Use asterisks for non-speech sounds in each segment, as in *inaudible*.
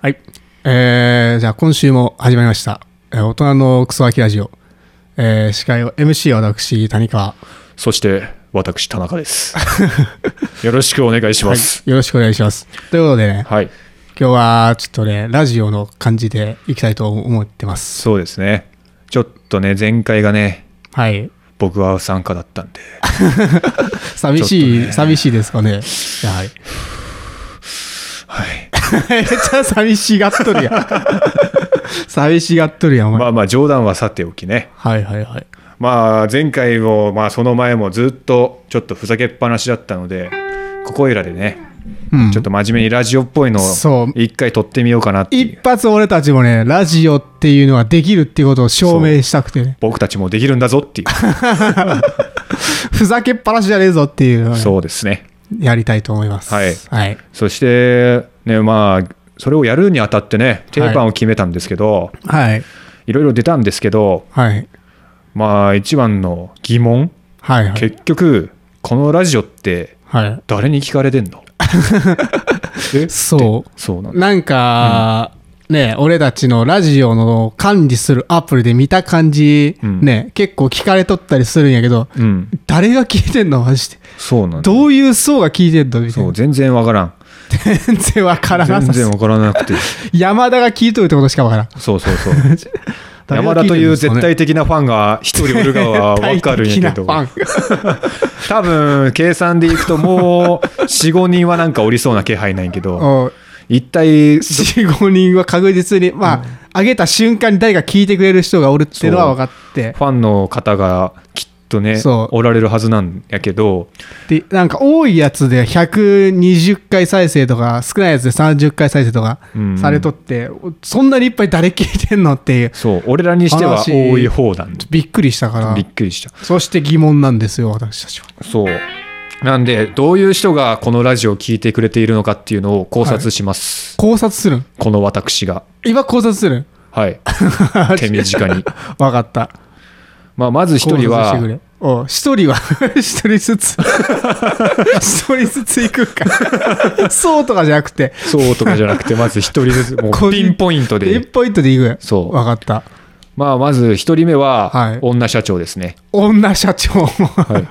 はい。えーじゃあ今週も始まりました、えー大人のクソアキラジオ、えー司会を MC は私谷川、そして私田中です *laughs* よろしくお願いしはまいす、よろしくお願いしますということでね、はい、今日はちょっとねラジオの感じでいきたいと思ってますそうですねちょっとね前回がねはい僕は不参加だったんで寂しい、寂しいですかねやはり *laughs* はい *laughs* めっちゃ寂しがっとるやん *laughs* 寂しがっとるやんお前、まあまあ冗談はさておきねはいはいはいまあ前回もまあその前もずっとちょっとふざけっぱなしだったのでここいらでね、うんちょっと真面目にラジオっぽいのそうを一回撮ってみようかなってい一う発俺たちもねラジオっていうのはできるっていうことを証明したくてね僕たちもできるんだぞっていうふざけっぱなしじゃねえぞっていうのをねそうですねやりたいと思いますはいはいそしてねまあそれをやるにあたってね定番を決めたんですけど、はいいろいろ出たんですけど、はいまあ、一番の疑問、はいはい結局、このラジオってはい誰に聞かれて *laughs* んのえそそうなんうだ。なんか、ね俺たちのラジオの管理するアプリで見た感じ、うんね結構聞かれとったりするんやけどうん、誰が聞いてんのマジでそうなんだ。どういう層が聞いてんのみたいそう、な全然わからん。全然わからな全さ然そうわからなくて。山田が聞いとるってことしかわからんそうそうそう。 *laughs* 誰山が聞いて田といるんうですかね絶対的なファンが一人おるがはわかるんやけど、大敵なファン多分、計算でいくともう、4、5人はなんかおりそうな気配ないけど、 *laughs* うん一体、 45人は確実にまあ、上げた瞬間に誰か聞いてくれる人がおるっていうのは分かってファンの方がきっとね、そうおられるはずなんやけど、でなんか多いやつで120回再生とか少ないやつで30回再生とかうんされとって、そんなにいっぱい誰聞いてんのっていうそう、俺らにしては話多い方なんで、びっくりしたからびっくりした。そして疑問なんですよ私たちはそう。なんで、どういう人がこのラジオを聞いてくれているのかっていうのを考察します。考察するんこの私が。今考察するん *laughs* はい。手短に。分かったまあ、まず一人考察してくは、れおう一人は *laughs* 一人ず *laughs* つ一人ずつ行くんか *laughs* そうとかじゃなくてそうとかじゃなくて、まず一人ずつ、 *laughs* も個う人ピンポイント1で。ポイントでいくよそう分かったまあ、まず一人目はいは、女社長ですね。女社長もはい。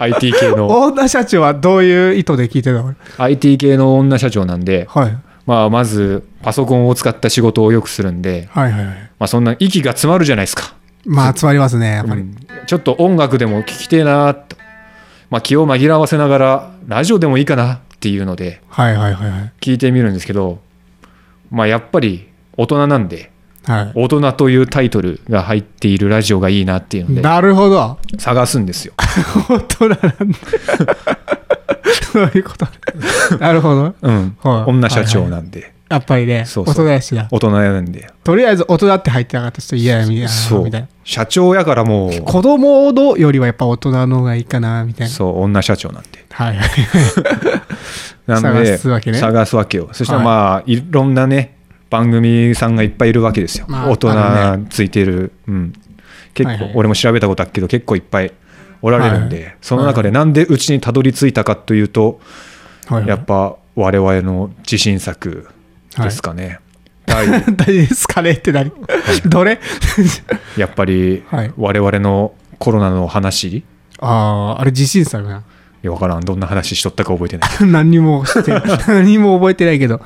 IT 系の、女社長はどういう意図で聞いてたの IT 系の女社長なんで、はいまあ、まず、パソコンを使った仕事をよくするんで、はいはいはいまあ、そんな息が詰まるじゃないですか。まあ集まりますねやっぱり、うんちょっと音楽でも聴きてえなーと、まあ、気を紛らわせながらラジオでもいいかなっていうのではいはいはいはい聞いてみるんですけど、まあ、やっぱり大人なんではい大人というタイトルが入っているラジオがいいなっていうのでなるほど *laughs* 探すんですよ大人なんだそういうこと *laughs* ねなるほどうんはい女社長なんでやっぱりねそうそ大う人やしな大人なんでとりあえず大人って入ってなかったらちょっと嫌やみたいなそうみたいな社長やからもう子供のよりはやっぱ大人の方がいいかなみたいなそう女社長なんではいはいなので探すわけね探すわけよそしたらはいまあいろんなね番組さんがいっぱいいるわけですよ、まああ大人ついてる、うん結構、はいはい俺も調べたことあるけど結構いっぱいおられるんで、はいはいその中でなんでうちにたどり着いたかというと、はいはいやっぱ我々の自信作ですかね、第大事ですかねって何どれ *laughs* やっぱりはい我々のコロナの話いあああれ自信作なやわからんどんな話しとったか覚えてない、何にもして *laughs* 何にも覚えてないけど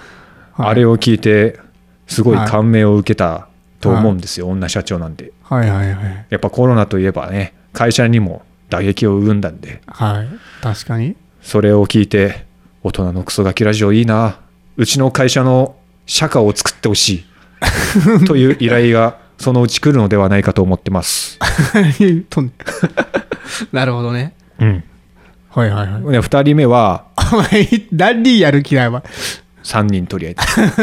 はいあれを聞いてすごい感銘を受けたと思うんですよ、女社長なんではいはいはいやっぱコロナといえばね、会社にも打撃を生んだんで、はい確かにそれを聞いて、大人のクソガキラジオいいな、うちの会社の社会を作ってほし *laughs* いという依頼が、そのうち来るのではないかと思ってます。とん *laughs* なるほどねうん、はいはいはいで2人目はお前何人やる気ないわ3人とりあえ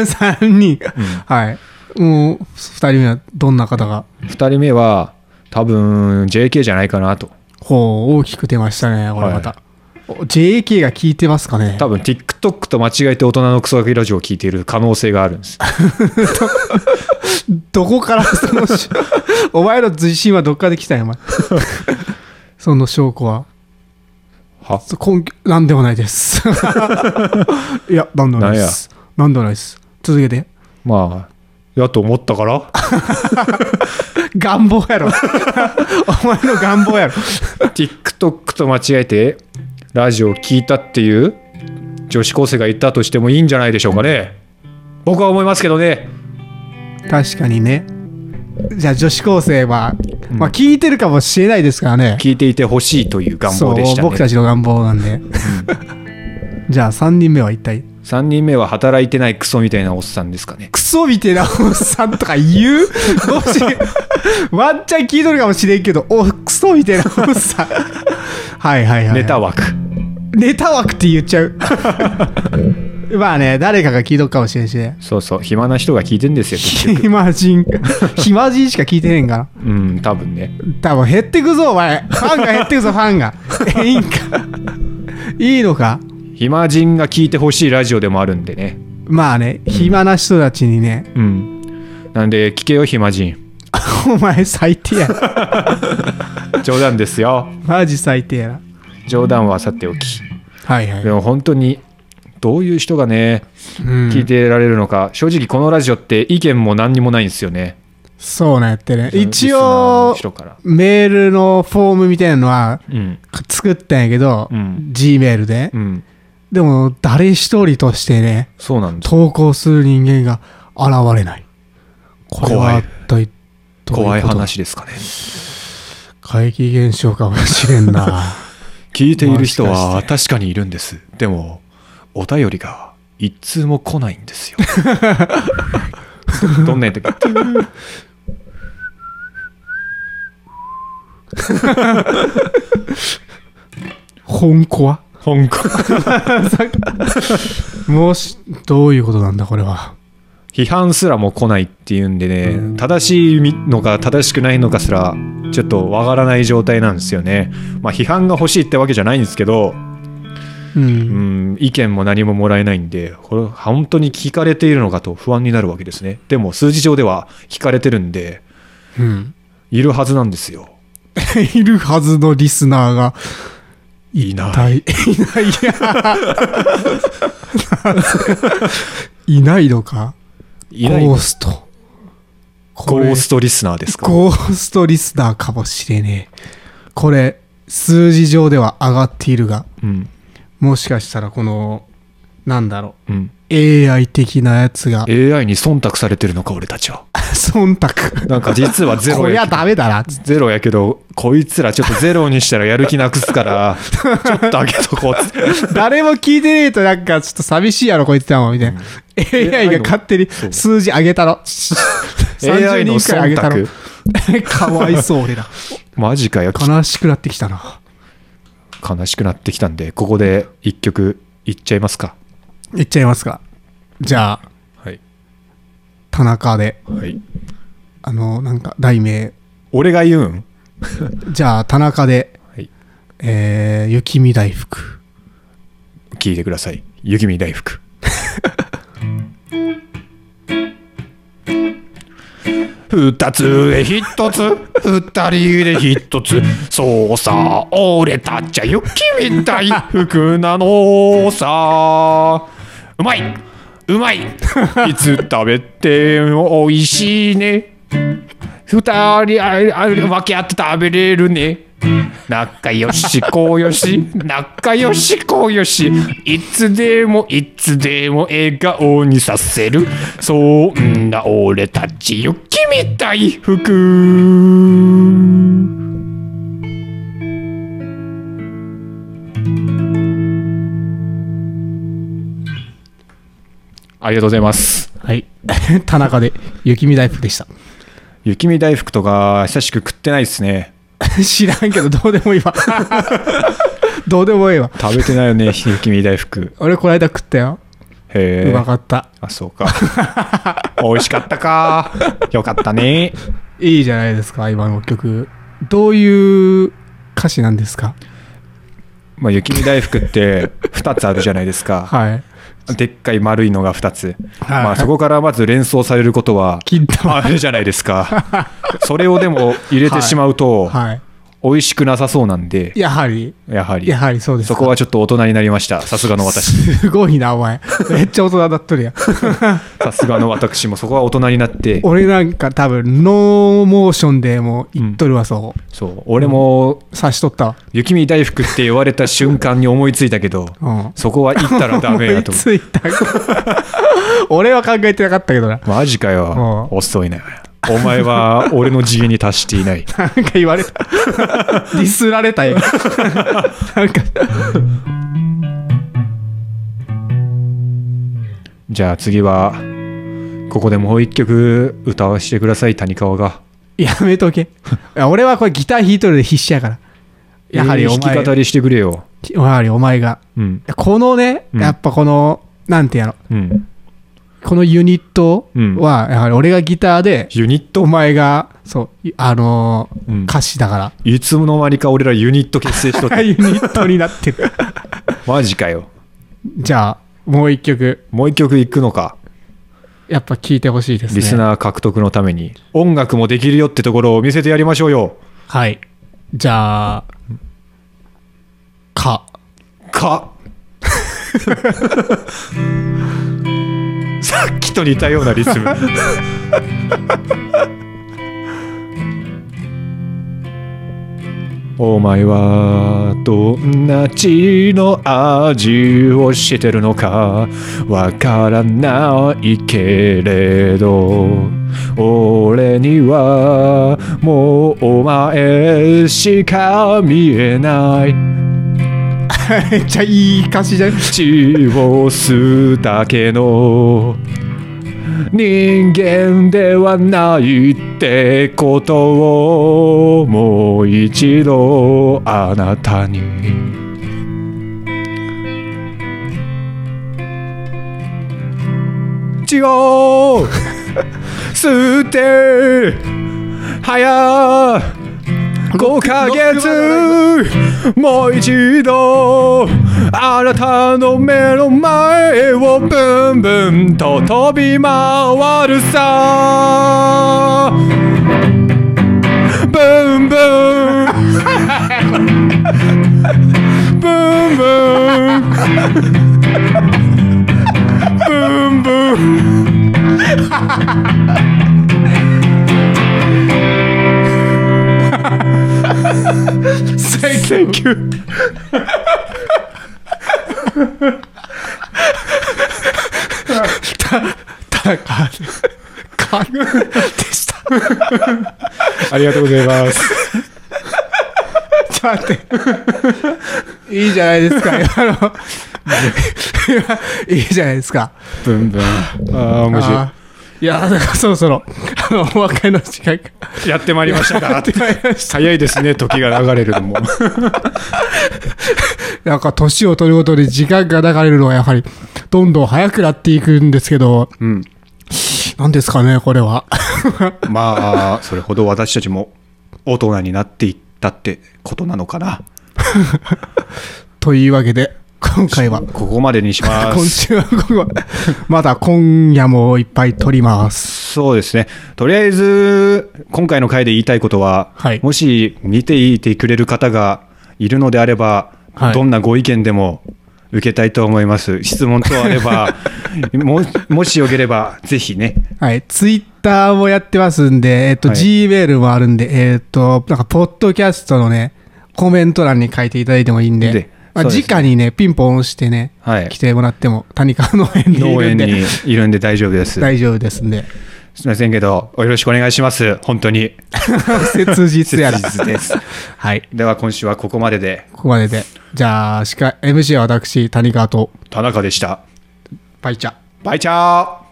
ず。 *laughs* 3人、はいもう2人目はどんな方が2人目は、多分 JK じゃないかなと。ほう大きく出ましたねこれまた、はお JK が聞いてますかね多分 TikTok と間違えて大人のクソガキラジオを聞いている可能性があるんです。どこからその *laughs* しお前の自信はどっからできたんや *laughs* お前その証拠ははそ根拠 *laughs* なんでもないですいやなんでもないですなんでもないです続けてまあ、やと思ったから、願望 *laughs* やろお前の願望やろ TikTok と間違えて、ラジオを聞いたっていう女子高生が言ったとしてもいいんじゃないでしょうかね。僕は思いますけどね。確かにねじゃあ女子高生は、まあ聞いてるかもしれないですからね聞いていてほしいという願望でしそたう僕たね。ちの願望なんで *laughs* じゃあ3人目は一体3人目は働いてないクソみたいなおっさんですかね。クソみてえなおっさんとか言うもしワンチャン聞いとるかもしれんけどおクソみてえなおっさんはいはいはい、はい、ネタ枠。ネタ枠って言っちゃ *laughs* うまあね誰かが聞いとくかもしれんしねそうそう、暇な人が聞いてんですよ。結局暇人暇人しか聞いてねえんかなうん、多分ね。多分減ってくぞお前ファンが減ってく *laughs* ぞファンがえいいんかいいのか暇人が聞いてほしいラジオでもあるんでね。まあね暇な人たちにね、うん。なんで、聞けよ、暇人。お前最低やな冗談ですよ。マジ最低やな冗談はさておき。はいはいでも本当に、どういう人がね、うん聞いてられるのか、正直このラジオって意見も何にもないんですよね。そうなんやってね一リスナーの応人から。メールのフォームみたいなのはうん。作ったんやけど、うん G メールで、うん。でも誰一人としてねそうなんです。投稿する人間が現れないこれ怖はい一体どううこと怖い話ですかね。怪奇現象かもしれん *laughs* な聞いている人もは確かにいるんです。でも、お便りが一通も来ないんです *laughs* よ。どんなやつか。本コア香港。もしどういうことなんだこれは批判すらも来ないっていうんでね、正しいのか正しくないのかすら、ちょっとわからない状態なんですよね。まあ、批判が欲しいってわけじゃないんですけど、うん、うん、意見も何ももらえないんで、これ、本当に聞かれているのかと不安になるわけですね。でも、数字上では聞かれてるんで、うん、いるはずなんですよ。いるはずのリスナーがいないいない *laughs* いやいないのかいないゴーストゴこれーストリスナーですかゴーストリスナーかもしれねえこれ数字上では上がっているがうん。もしかしたらこのなんだろうん。う AI 的なやつが AI に忖度されてるのか、俺たちは。 *laughs* 忖度なんか実はゼこロりゃや。ダメだなゼロやけど、こいつらちょっとゼロにしたらやる気なくす *laughs* から、ちょっと上げとこうっつって。誰も聞いてねえとなんかちょっと寂しいやろこいつらもみたいな、AI が勝手にそう数字上げた *laughs* ろ AI の30人くらい上げた忖ろ *laughs* 度。かわいそう俺らマジかよ。悲しくなってきたな悲しくなってきたんで、ここで一曲いっちゃいますか。いっちゃいますかじゃあはい。田中ではい。あのなんか題名俺が言うんじゃあ田中で、はいえー、雪見大福聞いてください。雪見大福。二つで一つ、二人で一つ、そうさ、俺たちは雪見大福なのさ。うまいうまいいつ食べても美味しいね。二人ああ分け合って食べれるね仲良しこうよし仲良しこうよしいつでもいつでも笑顔にさせるそんな俺たち雪みたい服ありがとうございますはい *laughs* 田中で雪見大福でした *laughs* 雪見大福とか久しく食ってないですね知らんけどどうでも *laughs* いいわどうでもいいわ食べてないよね *laughs* 雪見大福俺この間食ったよ、へえうまかったあそうか *laughs* 美味しかったかよかったねいいじゃないですか今の曲どういう歌詞なんですかまあ雪見大福って2つあるじゃないですかはいでっかい丸いのが2つ、はいまあ、そこからまず連想されることは金玉あるじゃないですかそれをでも入れてしまうと、はい美味しくなさそうなんでやはりやはりやはりそうですそかこはちょっと大人になりましたさすがの私すごいなお前めっちゃ大人だっとるやんさすがの私もそこは大人になって俺なんか多分ノーモーションでもう言っとるわそう、そう俺も察しとったわ雪見大福って言われた瞬間に思いついたけどうんそこは行ったらダメやと思思いついた俺は考 *laughs* えてなかったけどなうマジかようん遅いなお前は俺の次元に達していないなんか言 *laughs* われたディスられたよなんかじゃあ次はここでもう一曲歌わせてください谷川がやめとけいや俺はこれギター弾いとるで必死やからやはりお前弾き語りしてくれよやはりお前がうんこのね、うんやっぱこのなんてやろうんこのユニットはやはり俺がギターで、ユニッおト前がそういあのーうん歌詞だから、いつの間にか俺らユニット結成しとってユニットになって *laughs* るマジかよじゃあもう一曲もう一曲行くのかやっぱ聴いてほしいですねリスナー獲得のために音楽もできるよってところを見せてやりましょうよはいじゃあ「か」 *laughs* か *laughs* さっきと似たようなリズム *laughs* お前はどんな血の味をしてるのかわからないけれど俺にはもうお前しか見えないめっちゃいい歌詞じゃん *laughs* 血を吸うだけの人間ではないってことをもう一度あなたに血 *laughs* を吸って早5ヶ 그,月もう一度あなたの目の前をブンブンと飛び回るさブンブ *laughs* ンブンブンブンブン Thank you. た、た、か、か、でした。ありがとうございますちょっと待って。 *laughs* いいじゃないですか。今の。いいじゃないですか。ブンブン *laughs* ああ面白あーいや、なんかそろそろ、あの、お別れの時間が。いやってまいりましたかやってまいりました早いですね時が流れるの *laughs* もなんか年を取るごとに時間が流れるのはやはりどんどん早くなっていくんですけど、うんなんですかね、これは。 *laughs* まあそれほど私たちも大人になっていったってことなのかなというわけで、今回は、こ *laughs* こまでにしま今す週はここは、まだ今夜もいっぱい撮ります。そうですねとりあえず今回の回で言いたいことは、はいもし見ていてくれる方がいるのであれば、はいどんなご意見でも受けたいと思います質問等あれば *laughs* ももしよければぜひねはい、ツイッターもやってますんで、えっと、はい Gmail もあるんで、えっと、なんか、ポッドキャストのね、コメント欄に書いていただいてもいいんで、でまあ、そうですね直にね、ピンポン押してね、はい来てもらっても、谷川農園にい農るん園で、にいるんで大丈夫です大丈夫ですんで、 *laughs* すいませんけどよろしくお願いします本当に切実切やら。実ですはい。では今週はここまででここまでで。じゃあ、司会、MC は私、谷川と、田中でしたバイチャ。バイチャー